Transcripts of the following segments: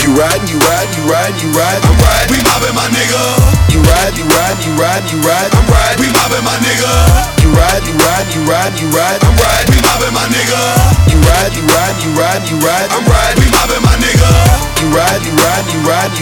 You riding, you riding, you riding, you riding. I'm riding. We mobbing my nigga. You riding, you riding, you riding, you riding. I'm riding. We mobbing my nigga. You riding, you riding, you riding, you riding. I'm riding. We mobbing my nigga. You riding, you riding, you riding, you riding. I'm riding. We mobbing my nigga. You riding, you riding, you riding,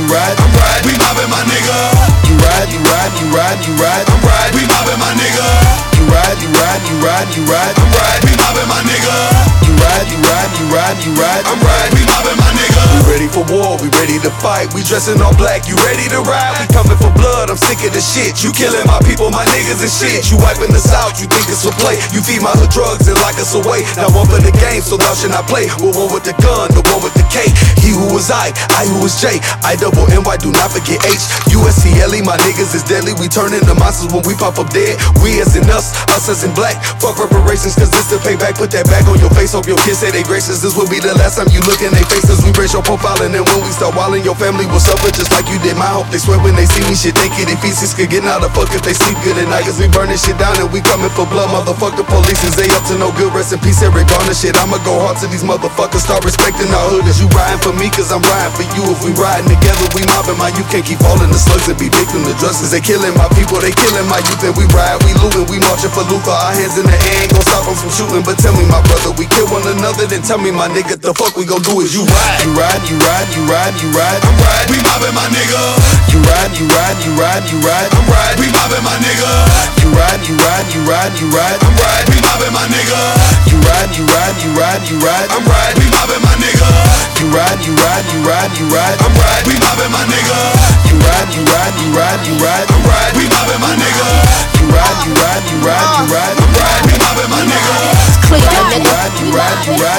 you riding. I'm riding. We mobbing my nigga. You riding, you riding, you riding, you riding. I'm riding. We mobbing my nigga. You riding, you riding, you riding, you riding. I'm riding. ride, you ride, you ride, you ride. We mobbing my nigga I'm ride, we mobbing my nigga. We ready for war, we ready to fight. We dressing all black, you ready to ride? We coming for blood, I'm sick of the shit. You killing my people, my niggas and shit. You wiping us out, you think it's for play. You feed my hood drugs and lock us away. Now one for the game, so thou should not play. We're one with the gun, the one with the K. He who was I, I who was J. I double N Y, do not forget H. USCLE, E, my niggas is deadly. We turn into monsters when we pop up dead. We as in us, us as in black. Fuck reparations, cause this the payback. Put that back on your face, hope your kids say they gracious. This will be the last time you look in their faces. We raise your profile, and then when we start wildin', your family will suffer just like you did. My hope they swear when they see me, shit they get it. Feces could get out of fuck if they sleep good at night. Cause we burning shit down and we coming for blood. Motherfuck the police, is they up to no good. Rest in peace, Eric Garner. Shit, I'ma go hard to these motherfuckers. Start respecting our hood. Is you riding for me? Cause I'm riding for you. If we riding together, we mobbing my. You can't keep falling the slugs and be victim to justice. They killing my people, they killing my youth. And we ride, we looting, we marching for Luther. Our hands in the air ain't gon' stop them from shooting. But tell me, my brother, we kill one another, then tell me, my nigga, the fuck we gon' do is you ride. You ride, you ride, you ride, you ride. I'm ride, we mobbing my nigga. You ride, you ride, you ride, you ride. I'm ride, we mobbing my nigga. You ride, you ride, you ride, you ride. I'm ride, we mobbing my nigga. You ride, you ride, you ride, you ride. I'm ride, we mobbing my nigga. You ride, you ride, you ride, you ride. I'm ride, we mobbing my nigga. You ride, you ride, you ride, you ride. I'm ride, we mobbing my nigga. You ride, you ride, you ride, you ride. I'm ride, we mobbing my nigga clear, nigga.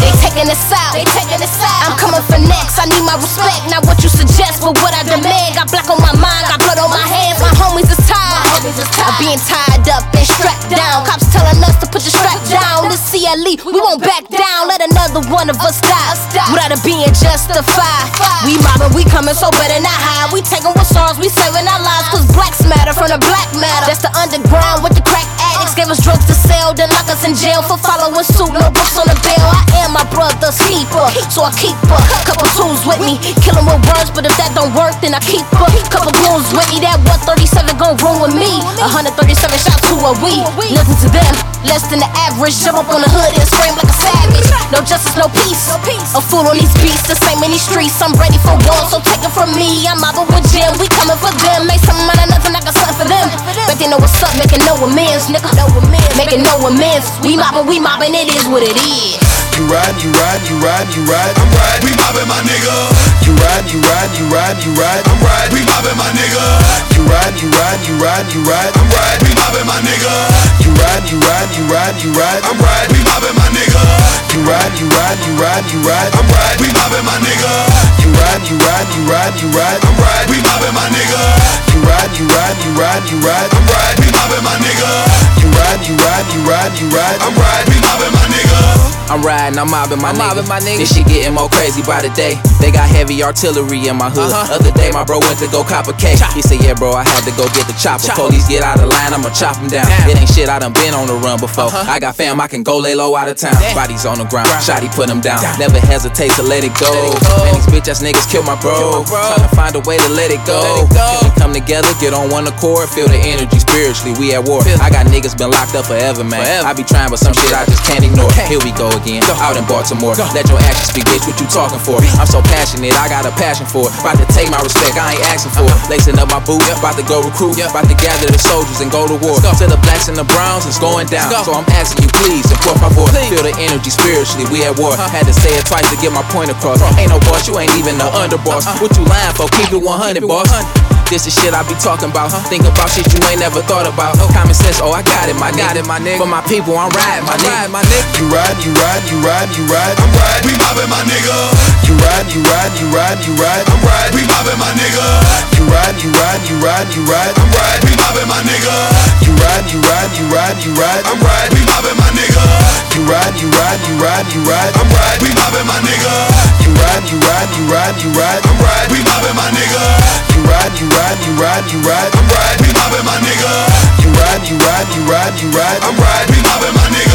They taking us out. They taking us out. I'm coming for next. I need my respect, not what you suggest, but what I demand. Got black on my mind, got blood on my hands. My homies is tired. I'm being tied up and strapped down. Cops telling us to put the strap down. This CLE, we won't back down. Let another one of us die without it being justified. We mobbing, we coming, so better not hide. We taking what's ours, we saving our lives. Cause blacks matter from the black matter. That's the underground with the crack addicts. Gave us drugs to sell jail, then lock us in jail for following suit. No books on the bail. I am my brother's keeper, so I keep her. Couple tools with me, kill 'em with words, but if that don't work, then I keep her. Couple goons with me, that 137 gon' ruin me. 137 shots to a we. Listen to them, less than the average. Jump up on the hood and scream like a savage. No justice, no peace. A fool on these beats, the same in these streets. I'm ready for war, so take it from me. I'm mobbing with jail, we coming for them. Make some money, nothing, I got something for them. But they know what's up, making no amends, nigga. No amends, making no immense. We mobbin', we mobbin', it is what it is. You ride, you ride, you ride, you ride. I'm ride, we mobbin' my nigga. You ride, you ride, you ride, you ride. I'm ride, we mobbin' my nigga. You ride, you ride, you ride, you ride. I'm ride, we mobbin' my nigga. You ride, you ride, you ride, you ride. I'm ride, we mobbin' my nigga. You ride, you ride, you ride, you ride. I'm ride, we mobbin' my nigga. You ride, you ride, you ride, you ride. I'm ride, we mobbin' my nigga. You ride, you ride, you ride, you ride. I'm ride, we mobbin' my nigga ride, you ride, you ride, you ride. I'm ride, we mobbing my nigga. I'm riding, I'm mobbing my, I'm nigga. my nigga. This shit getting more crazy by the day. They got heavy artillery in my hood. Uh-huh. Other day, my bro went to go cop a case. He said, Yeah, bro, I had to go get the chopper. Chop. Police get out of line, I'ma chop him down. Damn. It ain't shit, I done been on the run before. Uh-huh. I got fam, I can go lay low out of town. Damn. Bodies on the ground, shotty put him down. Damn. Never hesitate to let it go. Let it go. Man, these bitch ass niggas kill my bro. bro. Tryna find a way to let it go. Let it go. We come together, get on one accord, feel the energy spiritually. We at war. Feel I got niggas been locked up forever, man. Forever. I be trying, but some shit I just can't ignore. Can't. Here we go again. Go. Out in Baltimore. Go. Let your actions speak, bitch. What you talking for? I'm so passionate, I got a passion for it. About to take my respect, I ain't asking for it. Lacing up my boot, yep. about to go recruit, Uh-huh. yep. about to gather the soldiers and go to war. Go. To the blacks and the browns, it's going down. So I'm asking you, please, support my voice. Feel the energy spiritually, we at war. Huh. Had to say it twice to get my point across. Bro. Ain't no boss, you ain't even no underboss. Uh-uh. What you lying for? Keep it Uh-huh. 100, Keep it 100. boss. 100. This is shit I be talking about. Huh? Think about shit you ain't never thought about. No common sense, oh I got it, my nigga. Got it, my nigga. For my people, I'm riding, my nigga. Ride, my nigga. You ride, you ride, you ride, you ride. I'm ride, we mobbing my nigga. You ride, you ride, you ride, you ride. I'm ride, we mobbing my nigga. You ride, you ride, you ride, you ride. I'm ride, we mobbing my nigga. You ride, you ride, you ride, you ride. I'm ride, we mobbing my nigga. You ride, you ride, you ride, you ride. I'm ride, we mobbing my nigga. You ride, you ride, you ride, you ride. I'm ride, we mobbing my nigga. You ride, you ride ride, you ride, you ride. I'm ride, we mobbing my nigga. You ride, you ride, you ride, you ride. I'm ride, we mobbing my nigga.